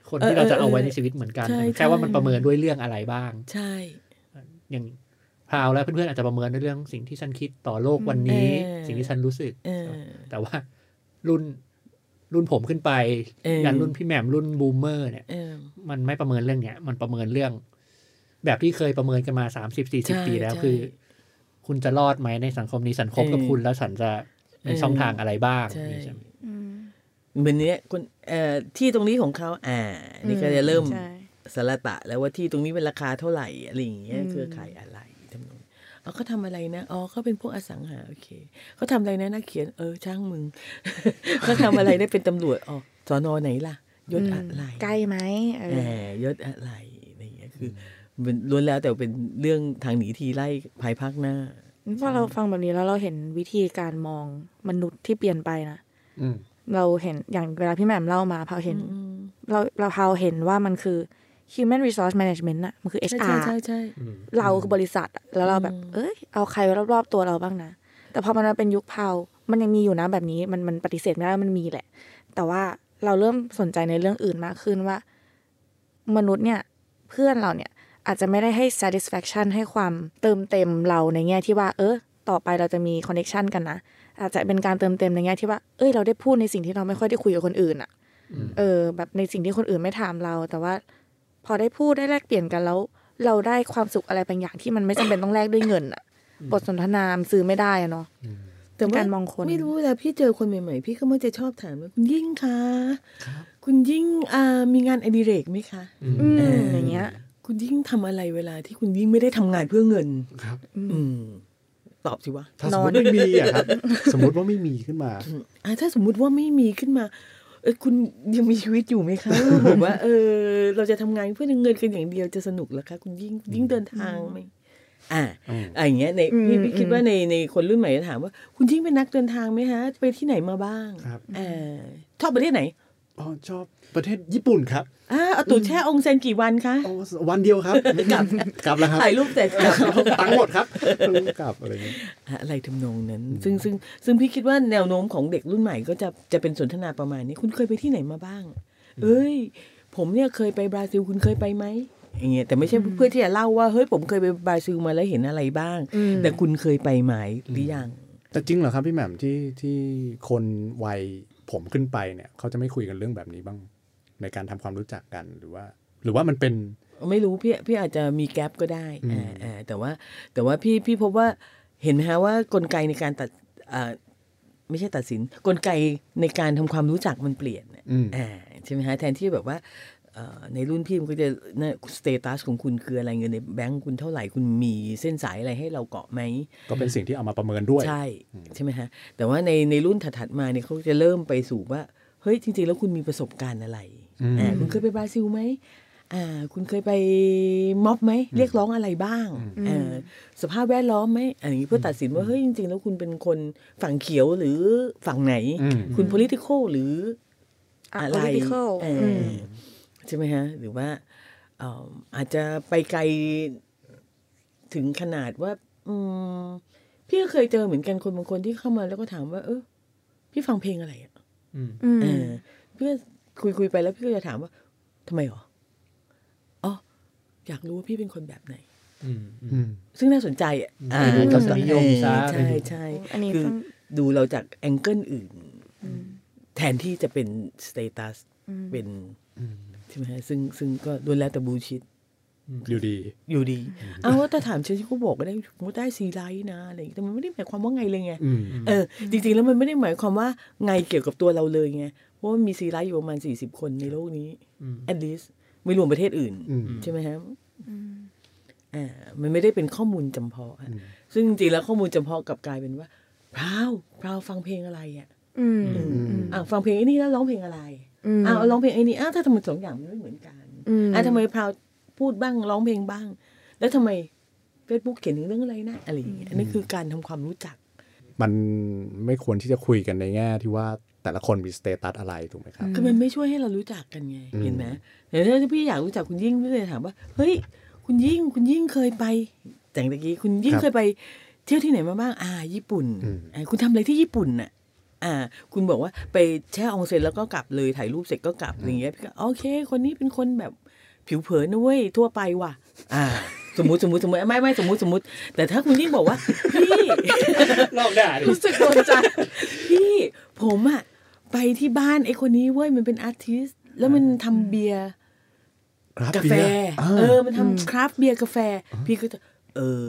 [SPEAKER 5] คน
[SPEAKER 3] เออ
[SPEAKER 5] ที่เราจะเอาไว้
[SPEAKER 3] เออ
[SPEAKER 5] ในชีวิตเหมือนกัน
[SPEAKER 3] ใช่
[SPEAKER 5] แค่ว่า
[SPEAKER 3] ใช่
[SPEAKER 5] มันประเมินด้วยเรื่องอะไรบ้าง
[SPEAKER 3] ใช่
[SPEAKER 5] อย่างพราวและเพื่อนๆอาจจะประเมินในเรื่องสิ่งที่ฉันคิดต่อโลกวันนี้
[SPEAKER 3] เออ
[SPEAKER 5] สิ่งที่ฉันรู้สึก
[SPEAKER 3] เออ
[SPEAKER 5] แต่ว่ารุ่นรุ่นผมขึ้นไป
[SPEAKER 3] เออ
[SPEAKER 5] ยันรุ่นพี่แหม่มรุ่นบูมเมอร์เนี่ย
[SPEAKER 3] เออ
[SPEAKER 5] มันไม่ประเมินเรื่องเนี้ยมันประเมินเรื่อง แบบที่เคยประเมินกันมาสามสิบสี่
[SPEAKER 3] ใช่
[SPEAKER 5] สิบปีแล้ว
[SPEAKER 3] ใช่
[SPEAKER 5] คือ คุณจะรอดไหมในสังคมนี้สังคมกับ
[SPEAKER 3] เออ
[SPEAKER 5] คุณแล้วฉันจะมี
[SPEAKER 3] เออ
[SPEAKER 5] ช่องทางอะไรบ้าง
[SPEAKER 3] ใช่
[SPEAKER 5] นี่ใช่ไหม
[SPEAKER 4] อืม
[SPEAKER 3] เหมือนเนี้ยคนเอ่อที่ตรงนี้ของเขาอ่า นี่ก็จะเริ่ม
[SPEAKER 4] ใช่
[SPEAKER 3] สารตะ แล้วว่าที่ตรงนี้เป็นราคาเท่าไหร่อะไรอย่างเงี้ย
[SPEAKER 4] อืม
[SPEAKER 3] เครือขายอะไรทำนองเอาเขาทำอะไรนะอ๋อเขาเป็นพวกอสังหาโอเคเขาทำอะไรนะนักเขียนเออช่างมึง เขาทำอะไรได้เป็นตำรวจอ๋อสอนอไหนล่ะยศอะไร
[SPEAKER 4] ใกล้ไหมเอ
[SPEAKER 3] แหม
[SPEAKER 4] อย
[SPEAKER 3] ศอะไรอะไรอย่างเงี้ยคือมันล้วนแล้วแต่เป็นเรื่องทางหนีทีไล่ภายภาคหน้า
[SPEAKER 4] พอเราฟังแบบนี้แล้วเราเห็นวิธีการมองมนุษย์ที่เปลี่ยนไปนะ
[SPEAKER 2] อืม
[SPEAKER 4] เราเห็นอย่างเวลาพี่แหม่มเล่ามาพาวเห็น
[SPEAKER 3] อืม
[SPEAKER 4] เราเราพาวเห็นว่ามันคือ human resource management อะมันคือ
[SPEAKER 3] ใช่ใช่
[SPEAKER 4] HR
[SPEAKER 3] ใช่ใช่
[SPEAKER 5] อืม
[SPEAKER 4] เราคือบริษัทอะแล้วเราแบบ
[SPEAKER 3] อืม
[SPEAKER 4] เอ้ยเอาใครรอบๆตัวเราบ้างนะ แต่พอมันมาเป็นยุคพาวมันยังมีอยู่นะแบบนี้มันมันปฏิเสธไม่ได้ว่ามันมีแหละ แต่ว่าเราเริ่มสนใจในเรื่องอื่นมากขึ้นว่า มนุษย์เนี่ยเพื่อนเราเนี่ยอาจจะไม่ได้ให้ satisfaction ให้ความเติมเต็มเราในแง่ที่ว่า เออต่อไปเราจะมี connection กันนะ อาจจะเป็นการเติมเต็มในแง่ที่ว่า เอ้ยเราได้พูดในสิ่งที่เราไม่ค่อยได้คุยกับคนอื่นอะ
[SPEAKER 5] อืม
[SPEAKER 4] เออแบบในสิ่งที่คนอื่นไม่ถามเรา แต่ว่าพอได้พูดได้แลกเปลี่ยนกันแล้ว เราได้ความสุขอะไรบางอย่างที่มันไม่จำเป็นต้องแลกด้วยเงินอะบทสนทนามนซื้อไม่ได้อะเนาะ
[SPEAKER 3] แต่ว่า
[SPEAKER 4] การมองคน
[SPEAKER 3] ไม่รู้เวลาพี่เจอคนใหม่ ๆ พี่ก็มักจะชอบถามว่าคุณยิ่งคะคุณยิ่งอ่ามีงานอดิเรกไหมคะ
[SPEAKER 5] อืม
[SPEAKER 4] อื
[SPEAKER 3] เอ
[SPEAKER 4] ม
[SPEAKER 3] ออ
[SPEAKER 4] อย่างเงี้ย
[SPEAKER 3] คุณยิ่งทำอะไรเวลาที่คุณยิ่งไม่ได้ทำงานเพื่อเงิน
[SPEAKER 5] ครับ
[SPEAKER 3] อืม ตอบสิวะ
[SPEAKER 2] ถ้าสมมติไม่มีอะ ครับ สมมติว่าไม่มีขึ้นมา
[SPEAKER 3] อ่ะถ้าสมมุติว่าไม่มีขึ้นมา เออคุณยังมีชีวิตอยู่ไหมคะผมว่า เออ เราจะทำงานเพื่อเงินกันอย่างเดียวจะสนุกเหรอคะคุณยิ่งยิ่งเดินทางไหมอ่า
[SPEAKER 2] อืม
[SPEAKER 3] อ่ะอย่างเงี้ยใน
[SPEAKER 4] อื
[SPEAKER 3] พี่
[SPEAKER 4] ม
[SPEAKER 3] พี่คิด
[SPEAKER 4] อืม
[SPEAKER 3] ว่าในในคนรุ่นใหม่จะถามว่า คุณยิ่งเป็นนักเดินทางไหมฮะ ไปที่ไหนมาบ้าง
[SPEAKER 2] ครับ
[SPEAKER 3] เออชอบประเทศไหน
[SPEAKER 2] อ๋อชอบประเทศญี่ปุ่นครับ
[SPEAKER 3] อ่าเอาตูดแช่องเซนกี่วันคะ
[SPEAKER 2] อ๋อวันเดียวครับกลับกลับแล้วครับ
[SPEAKER 3] ถ่ายรูปเสร็จกลับ
[SPEAKER 2] ตังค์หมดครับกลับอะไรอย่างเงี้ย
[SPEAKER 3] อะไรทำนองนั้น ซึ่งซึ่งซึ่งพี่คิดว่าแนวโน้มของเด็กรุ่นใหม่ก็จะจะเป็นสนทนาประมาณนี้ คุณเคยไปที่ไหนมาบ้าง เอ้ย ผมเนี่ยเคยไปบราซิลคุณเคยไปไหมอย่างเงี้ยแต่ไม่ใช่เพื่อที่จะเล่าว่าเฮ้ยผมเคยไปบราซิลมาแล้วเห็นอะไรบ้าง
[SPEAKER 4] อืม
[SPEAKER 3] แต่คุณเคยไปไหมหรือยัง
[SPEAKER 2] แต่จริงเหรอครับพี่แหม่มที่ที่คนวัยผมขึ้นไปเนี่ยเขาจะไม่คุยกันเรื่องแบบนี้บ้าง ในการทำความรู้จักกันหรือว่า หรือว่ามันเป็น
[SPEAKER 3] ไม่รู้พี่พี่อาจจะมีแกลบก็ได้
[SPEAKER 2] อืม
[SPEAKER 3] อ่าอ่าแต่ว่าแต่ว่าพี่พี่พบว่าเห็นไหมฮะว่ากลไกในการตัดอ่าไม่ใช่ตัดสิน กลไกในการทำความรู้จักมันเปลี่ยนน่ะ
[SPEAKER 2] อืม
[SPEAKER 3] อ่าใช่ไหมฮะแทนที่แบบว่าเอ่อในรุ่นพี่มันก็จะนะสเตตัสของคุณคืออะไรเงินในแบงก์คุณเท่าไหร่คุณมีเส้นสายอะไรให้เราเกาะไหม
[SPEAKER 2] ก็เป็นสิ่งที่เอามาประเมินด้วย
[SPEAKER 3] ใช่ใช่ไหมฮะแต่ว่าในในรุ่นถัดๆมาเนี่ยเขาจะเริ่มไปสู่ว่า เฮ้ยจริง ๆ แล้วคุณมีประสบการณ์อะไร
[SPEAKER 2] อืม
[SPEAKER 3] อ่าคุณเคยไปบราซิลไหมอ่า คุณเคยไปม็อบไหมเรียกร้องอะไรบ้างเออสภาพแวดล้อมไหมอันนี้เพื่อตัดสินว่าเฮ้ยจริง ๆ แล้วคุณเป็นคนฝั่งเขียวหรือฝั่งไหน
[SPEAKER 2] อืม
[SPEAKER 3] คุณ political หรือ
[SPEAKER 4] อ่ะ
[SPEAKER 3] อะไร
[SPEAKER 4] political
[SPEAKER 3] เอออ
[SPEAKER 4] ม
[SPEAKER 3] ใช่ไหมฮะ หรือว่าเอิ่มอาจจะไปไกลถึงขนาดว่า อืมพี่ก็เคยเจอเหมือนกันคนบางคนที่เข้ามาแล้วก็ถามว่า เออพี่ฟังเพลงอะไรอ่ะ
[SPEAKER 5] อืม
[SPEAKER 4] อืม
[SPEAKER 3] เออพี่ก็คุยคุยไปแล้วพี่ก็จะถามว่าทำไมหรออ๋ออยากรู้ว่าพี่เป็นคนแบบไหน
[SPEAKER 5] อืมอืม
[SPEAKER 2] อืม
[SPEAKER 3] ซึ่งน่าสนใจอ่ะอ่า
[SPEAKER 5] ไปดูรสนิยมซะ
[SPEAKER 3] ใช่
[SPEAKER 5] ไปดู
[SPEAKER 3] ใช่
[SPEAKER 4] อันนี้
[SPEAKER 3] คือ
[SPEAKER 4] ต้อง
[SPEAKER 3] ดูเราจากแองเกิลอื่น
[SPEAKER 4] อืม
[SPEAKER 3] แทนที่จะเป็นสเตตัส
[SPEAKER 4] อืม
[SPEAKER 3] เป็น
[SPEAKER 2] อืม
[SPEAKER 3] ใช่ไหมฮะซึ่งซึ่งก็ล้วนแล้วแต่บูชิด
[SPEAKER 2] อยู่ดี
[SPEAKER 3] อยู่ดี เอาว่าถ้าถามเชนที่เขาบอกก็ได้ผมก็ได้ซีไลท์นะอะไรอย่างงี้แต่มันไม่ได้หมายความว่าไงเลยไง
[SPEAKER 2] อืม
[SPEAKER 3] เออจริงๆแล้วมันไม่ได้หมายความว่าไงเกี่ยวกับตัวเราเลยไงเพราะว่ามีซีไลท์อยู่ประมาณ 40 คนในโลกนี้
[SPEAKER 5] อืม
[SPEAKER 3] at least ไม่รวมประเทศอื่น
[SPEAKER 2] อืม
[SPEAKER 3] ใช่ไหมฮะ
[SPEAKER 4] อืม
[SPEAKER 3] อ่ามันไม่ได้เป็นข้อมูลจำเพาะอะ
[SPEAKER 2] อืม
[SPEAKER 3] ซึ่งจริงๆแล้วข้อมูลจำเพาะกลับกลายเป็นว่าพราวพราวฟังเพลงอะไรอ่ะ
[SPEAKER 4] อืม
[SPEAKER 3] อืม
[SPEAKER 4] อืม
[SPEAKER 3] อ่าฟังเพลงไอ้นี่แล้วร้องเพลงอะไร
[SPEAKER 4] อืม
[SPEAKER 3] อ้าวร้องเพลงไอ้นี่อ้าวถ้าทำไมสองอย่างมันไม่เหมือนกัน
[SPEAKER 4] อืม
[SPEAKER 3] วทำไมพราวพูดบ้างร้องเพลงบ้าง แล้วทำไมเฟซบุ๊กเขียนถึงเรื่องอะไรนะอะไรอย่างเงี้ยอันนี้คือการทำความรู้จัก
[SPEAKER 2] มันไม่ควรที่จะคุยกันในแง่ที่ว่าแต่ละคนมีสเตตัสอะไรถูกไหมครับ
[SPEAKER 3] คือมันไม่ช่วยให้เรารู้จักกันไง
[SPEAKER 2] อืม
[SPEAKER 3] เห็นไหมแต่ถ้าพี่อยากรู้จักคุณยิ่งพี่เลยถามว่าเฮ้ย คุณยิ่งคุณยิ่งเคยไปแต่งตะกี้คุณยิ่งเคยไป เที่ยวที่ไหนมาบ้างอ่า ญี่ปุ่นอ่าคุณทำอะไรที่ญี่ปุ่นน่ะ อ่า คุณบอกว่าไปแช่อองเซ็นแล้วก็กลับเลยถ่ายรูปเสร็จก็กลับอย่างเงี้ยพี่ก็โอเค คนนี้เป็นคนแบบผิวเผินนะเว้ยทั่วไปว่ะ อ่า สมมติสมมติสมมติไม่ไม่สมมติสมมติ แต่ถ้าคุณยิ่งบอกว่า พี่
[SPEAKER 5] ลอก ได้ดิ
[SPEAKER 3] รู้สึกโดนใจ พี่ผมอะไปที่บ้านไอ้คนนี้เว้ยมันเป็นอาร์ติสต์แล้วมันทำเบียร์
[SPEAKER 2] ครับ
[SPEAKER 3] กาแฟ
[SPEAKER 2] เบียร์อ่า
[SPEAKER 3] เออมันทำคราฟต์เบียร์กาแฟ พี่ก็จะเออ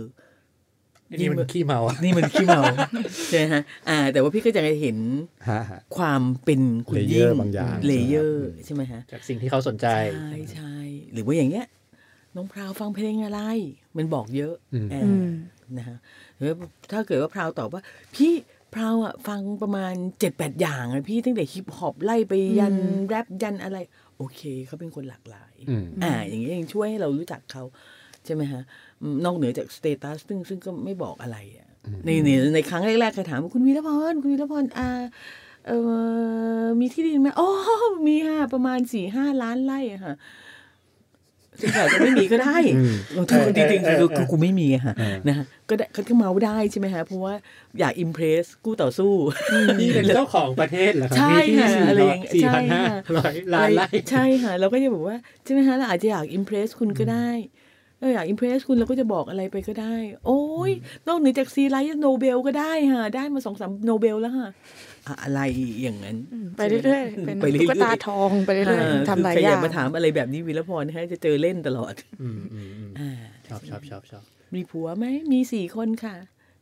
[SPEAKER 5] นี่มันขี้เมาอะ
[SPEAKER 3] นี่มันขี้เมา ใช่ไหมฮะอ่า แต่ว่าพี่ก็จะเห็น
[SPEAKER 2] ฮะฮะ
[SPEAKER 3] ความเป็นคุณ
[SPEAKER 2] เลเย
[SPEAKER 3] ยิ่
[SPEAKER 2] อง ร์บางอย่าง
[SPEAKER 3] เลเยอร์ใช่ไหมฮะ
[SPEAKER 5] จากสิ่งที่เขาสนใจ
[SPEAKER 3] ใช่ใช่หรือว่าอย่างเงี้ยน้องพราวฟังเพลงอะไร มันบอกเยอะ
[SPEAKER 2] อืม
[SPEAKER 3] เออ
[SPEAKER 4] อืม
[SPEAKER 3] นะฮะหรือถ้าเกิดว่าพราวตอบว่า พี่พราวอะฟังประมาณเจ็ดแปดอย่างอะพี่ตั้งแต่ฮิปฮอปไล่ไปยัน
[SPEAKER 4] อืม
[SPEAKER 3] แรปยันอะไร โอเคเขาเป็นคนหลากหลาย
[SPEAKER 2] อืม
[SPEAKER 3] อ่า อย่างเงี้ยยังช่วยให้เรารู้จักเขาใช่ไหมฮะอืมนอกเหนือจากสเตตัสซึ่งซึ่งก็ไม่บอกอะไรอะ ในในในครั้งแรกๆเคยถามว่าคุณวีรพรคุณวีรพรอ่าเออมีที่ดินไหมอ๋อมีค่ะประมาณสี่ห้าล้านไร่อะค่ะถึงอาจจะไม่มีก็ได้ถ้าคนจริงๆคือคือกูไม่มีอะค่ะ
[SPEAKER 2] เออ
[SPEAKER 3] นะฮะก็ได้เขาก็เมาส์ได้ใช่ไหมฮะเพราะว่าอยากอิมเพรสกู้ต่อสู้
[SPEAKER 5] นี่เป็นเจ้าของประเทศเหรอครั
[SPEAKER 3] ใช่
[SPEAKER 5] มีที่
[SPEAKER 3] ค่ะ
[SPEAKER 5] สี่
[SPEAKER 3] อะไร
[SPEAKER 5] ร้
[SPEAKER 3] อ
[SPEAKER 5] อย
[SPEAKER 3] ย่างเงี้ย
[SPEAKER 5] สี่
[SPEAKER 3] ใช่
[SPEAKER 5] พันห้า
[SPEAKER 3] ค่ะ
[SPEAKER 5] ร้อยล้านไร่
[SPEAKER 3] อะไรใช่ค่ะเราก็จะบอกว่าใช่ไหมฮะเราอาจจะอยากอิมเพรสคุณก็ได้เราอยากอิมเพรสคุณเราก็จะบอกอะไรไปก็ได้ โอ้ยนอกเหนือจากซีไรส์โนเบลก็ได้ค่ะได้มาสองสามโนเบลแล้วค่ะอะอะไรอย่างนั้น
[SPEAKER 4] อืมไปเรื่อยๆ เป็น
[SPEAKER 3] ไปเรื่อยๆ
[SPEAKER 4] ตุ๊กตาทองไปเรื่อยๆทำหลาย
[SPEAKER 3] คืใครอ
[SPEAKER 4] อาย
[SPEAKER 3] ย่าง กมาถามอะไรแบบนี้วีรพรนะฮะจะเจอเล่นตลอด
[SPEAKER 5] อืมอืมอืม
[SPEAKER 3] อ่า
[SPEAKER 5] ชอบชอบชอบชอบ
[SPEAKER 3] มีผัวไหมมีสี่คนค่ะ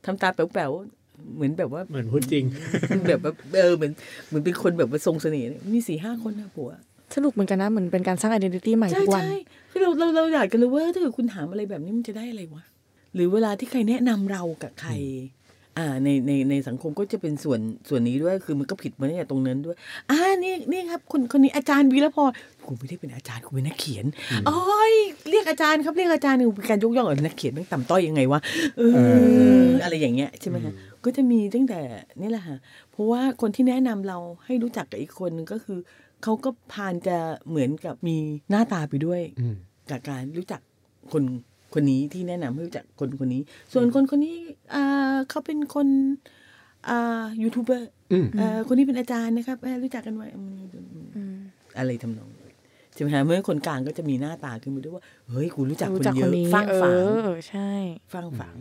[SPEAKER 3] ทำตาแป๋วๆเหมือนแบบว่า
[SPEAKER 5] เหมือนพูดจริง
[SPEAKER 3] แบบว่าเออเหมือนเหมือนเป็นคนแบบว่าทรงเสน่ห์เนี่ยมีสี่ห้าคนค่ะผัว
[SPEAKER 4] สนุกเหมือนกันนะ เหมือนเป็นการสร้าง identity ใหม่
[SPEAKER 3] ใช่
[SPEAKER 4] ทุกวัน
[SPEAKER 3] ใช่คือเราเราเราอยากจะรู้ว่าถ้าเกิดคุณถามอะไรแบบนี้มันจะได้อะไรวะ หรือเวลาที่ใครแนะนำเรากับใคร อ่าในในในสังคมก็จะเป็นส่วนส่วนนี้ด้วย คือมันก็ผิดมาเนี่ยตรงนั้นด้วย อ่านี่นี่ครับคนคนนี้อาจารย์วีรพรกูไม่ได้เป็นอาจารย์กูเป็นนักเขียนโอ้ยเรียกอาจารย์ครับเรียกอาจารย์เป็นการยกย่องเออนักเขียนแม่งต่ำต้อยยังไงวะเอออะไรอย่างเงี้ยใช่ไหมคะก็จะมีตั้งแต่นี่แหละค่ะเพราะว่าคนที่แนะนำเราให้รู้จักกับอีกคนนึงก็คือเขาก็พานจะเหมือนกับมีหน้าตาไปด้วย
[SPEAKER 2] อืม
[SPEAKER 3] กับการรู้จักคนคนนี้ที่แนะนำให้รู้จักคนคนนี้ ส่วนคนคนนี้อ่าเขาเป็นคนอ่ายูทูบเบอร์
[SPEAKER 2] อืม
[SPEAKER 3] อ่าคนนี้เป็นอาจารย์นะครับอ่ารู้จักกันไว้อืม
[SPEAKER 4] อืม
[SPEAKER 3] อะไรทำนองนั้นใช่ไหมฮะเมื่อคนกลางก็จะมีหน้าตาขึ้นมาด้วยว่า เฮ้ยกูรู้จักคน
[SPEAKER 4] รู้จัก
[SPEAKER 3] เย
[SPEAKER 4] คน
[SPEAKER 3] อะ
[SPEAKER 4] นี้
[SPEAKER 3] ฟัง
[SPEAKER 4] เอ
[SPEAKER 3] ฝัง
[SPEAKER 4] อใช่
[SPEAKER 3] ฟังฝัง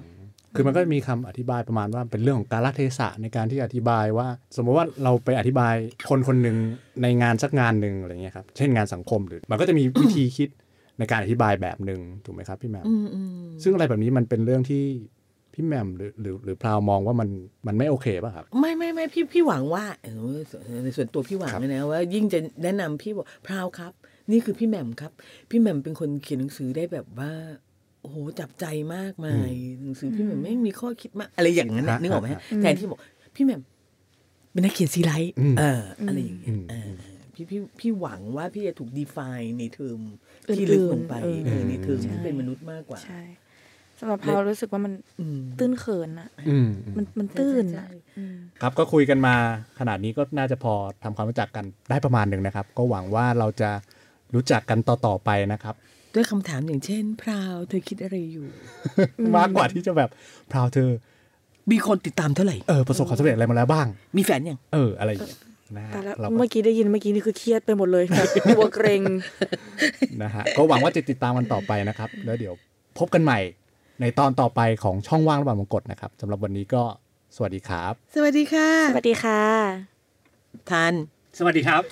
[SPEAKER 2] คือมันก็มีคำอธิบายประมาณว่าเป็นเรื่องของกาลเทศะในการที่อธิบายว่า สมมติว่าเราไปอธิบายคนคนหนึ่งในงานสักงานหนึ่งอะไรเงี้ยครับเช่นงานสังคมหรือมันก็จะมี วิธีคิดในการอธิบายแบบหนึ่งถูกไหมครับพี่แหมม
[SPEAKER 3] อืมอืม
[SPEAKER 2] ซึ่งอะไรแบบนี้มันเป็นเรื่องที่พี่แหมมหรือหรือหรือพราวมองว่ามันมันไม่โอเคป่ะครับ
[SPEAKER 3] ไม่ไม่ไม่พี่พี่หวังว่าเออในส่วนตัวพี่หวัง
[SPEAKER 2] ครับ
[SPEAKER 3] นะว่า ยิ่งจะแนะนำพี่บอกพราวครับ นี่คือพี่แหม่มครับ พี่แหม่มเป็นคนเขียนหนังสือได้แบบว่า โอ้โหจับใจมากมายหนังสือพี่แหม่มไม่งมีข้อคิดมากอะไรอย่างนั้นนะ
[SPEAKER 2] ฮะ
[SPEAKER 3] นึกออกไหมฮะ
[SPEAKER 2] ฮะ
[SPEAKER 3] แทนที่บอกพี่แหม่มเป็นนักเขียนซีไรต์
[SPEAKER 2] อืม
[SPEAKER 3] เอออะไรอย่างเงี้ย
[SPEAKER 2] อืม
[SPEAKER 3] เออพี่พี่พี่หวังว่าพี่จะถูก define ในเทอม
[SPEAKER 4] อื่
[SPEAKER 3] ที่
[SPEAKER 4] นๆ
[SPEAKER 3] ลึกลงไป
[SPEAKER 4] เออ
[SPEAKER 3] เออในเทอมที่เป็นมนุษย์มากกว่า
[SPEAKER 4] ใช่สำหรับเรารู้สึกว่ามัน
[SPEAKER 3] อืม
[SPEAKER 4] ตื้นเขินอะ
[SPEAKER 2] อืมอืม
[SPEAKER 4] มันมันตื้นอะ
[SPEAKER 3] ใช่ใช่
[SPEAKER 4] อืม
[SPEAKER 2] ครับก็คุยกันมาขนาดนี้ก็น่าจะพอทำความรู้จักกันได้ประมาณหนึ่งนะครับ ก็หวังว่าเราจะรู้จักกันต่อๆไปนะครับ
[SPEAKER 3] ด้วยคำถามอย่างเช่น พราวเธอคิดอะไรอยู่
[SPEAKER 2] มากกว่าที่จะแบบพราวเธอ
[SPEAKER 3] มีคนติดตามเท่าไหร่
[SPEAKER 2] เออประสบความสำเร็จอะไรมาแล้วบ้าง
[SPEAKER 3] มีแฟนยัง
[SPEAKER 2] เออ อะไรอย่างเงี้ยนะฮะ
[SPEAKER 4] แต่ละ
[SPEAKER 2] เรา
[SPEAKER 4] เมื่อกี้ได้ยินเมื่อกี้นี่คือเครียดไปหมดเลย แบบตัวเกรง
[SPEAKER 2] นะฮะก็หวังว่าจะติดตามกันต่อไปนะครับ แล้วเดี๋ยวพบกันใหม่ในตอนต่อไปของช่องว่างระหว่างมงกฎนะครับสำหรับวันนี้ก็สวัสดีครับ
[SPEAKER 3] สวัสดีค่ะ
[SPEAKER 4] สวัสดีค่ะ
[SPEAKER 3] ทาน
[SPEAKER 5] สวัสดีครับ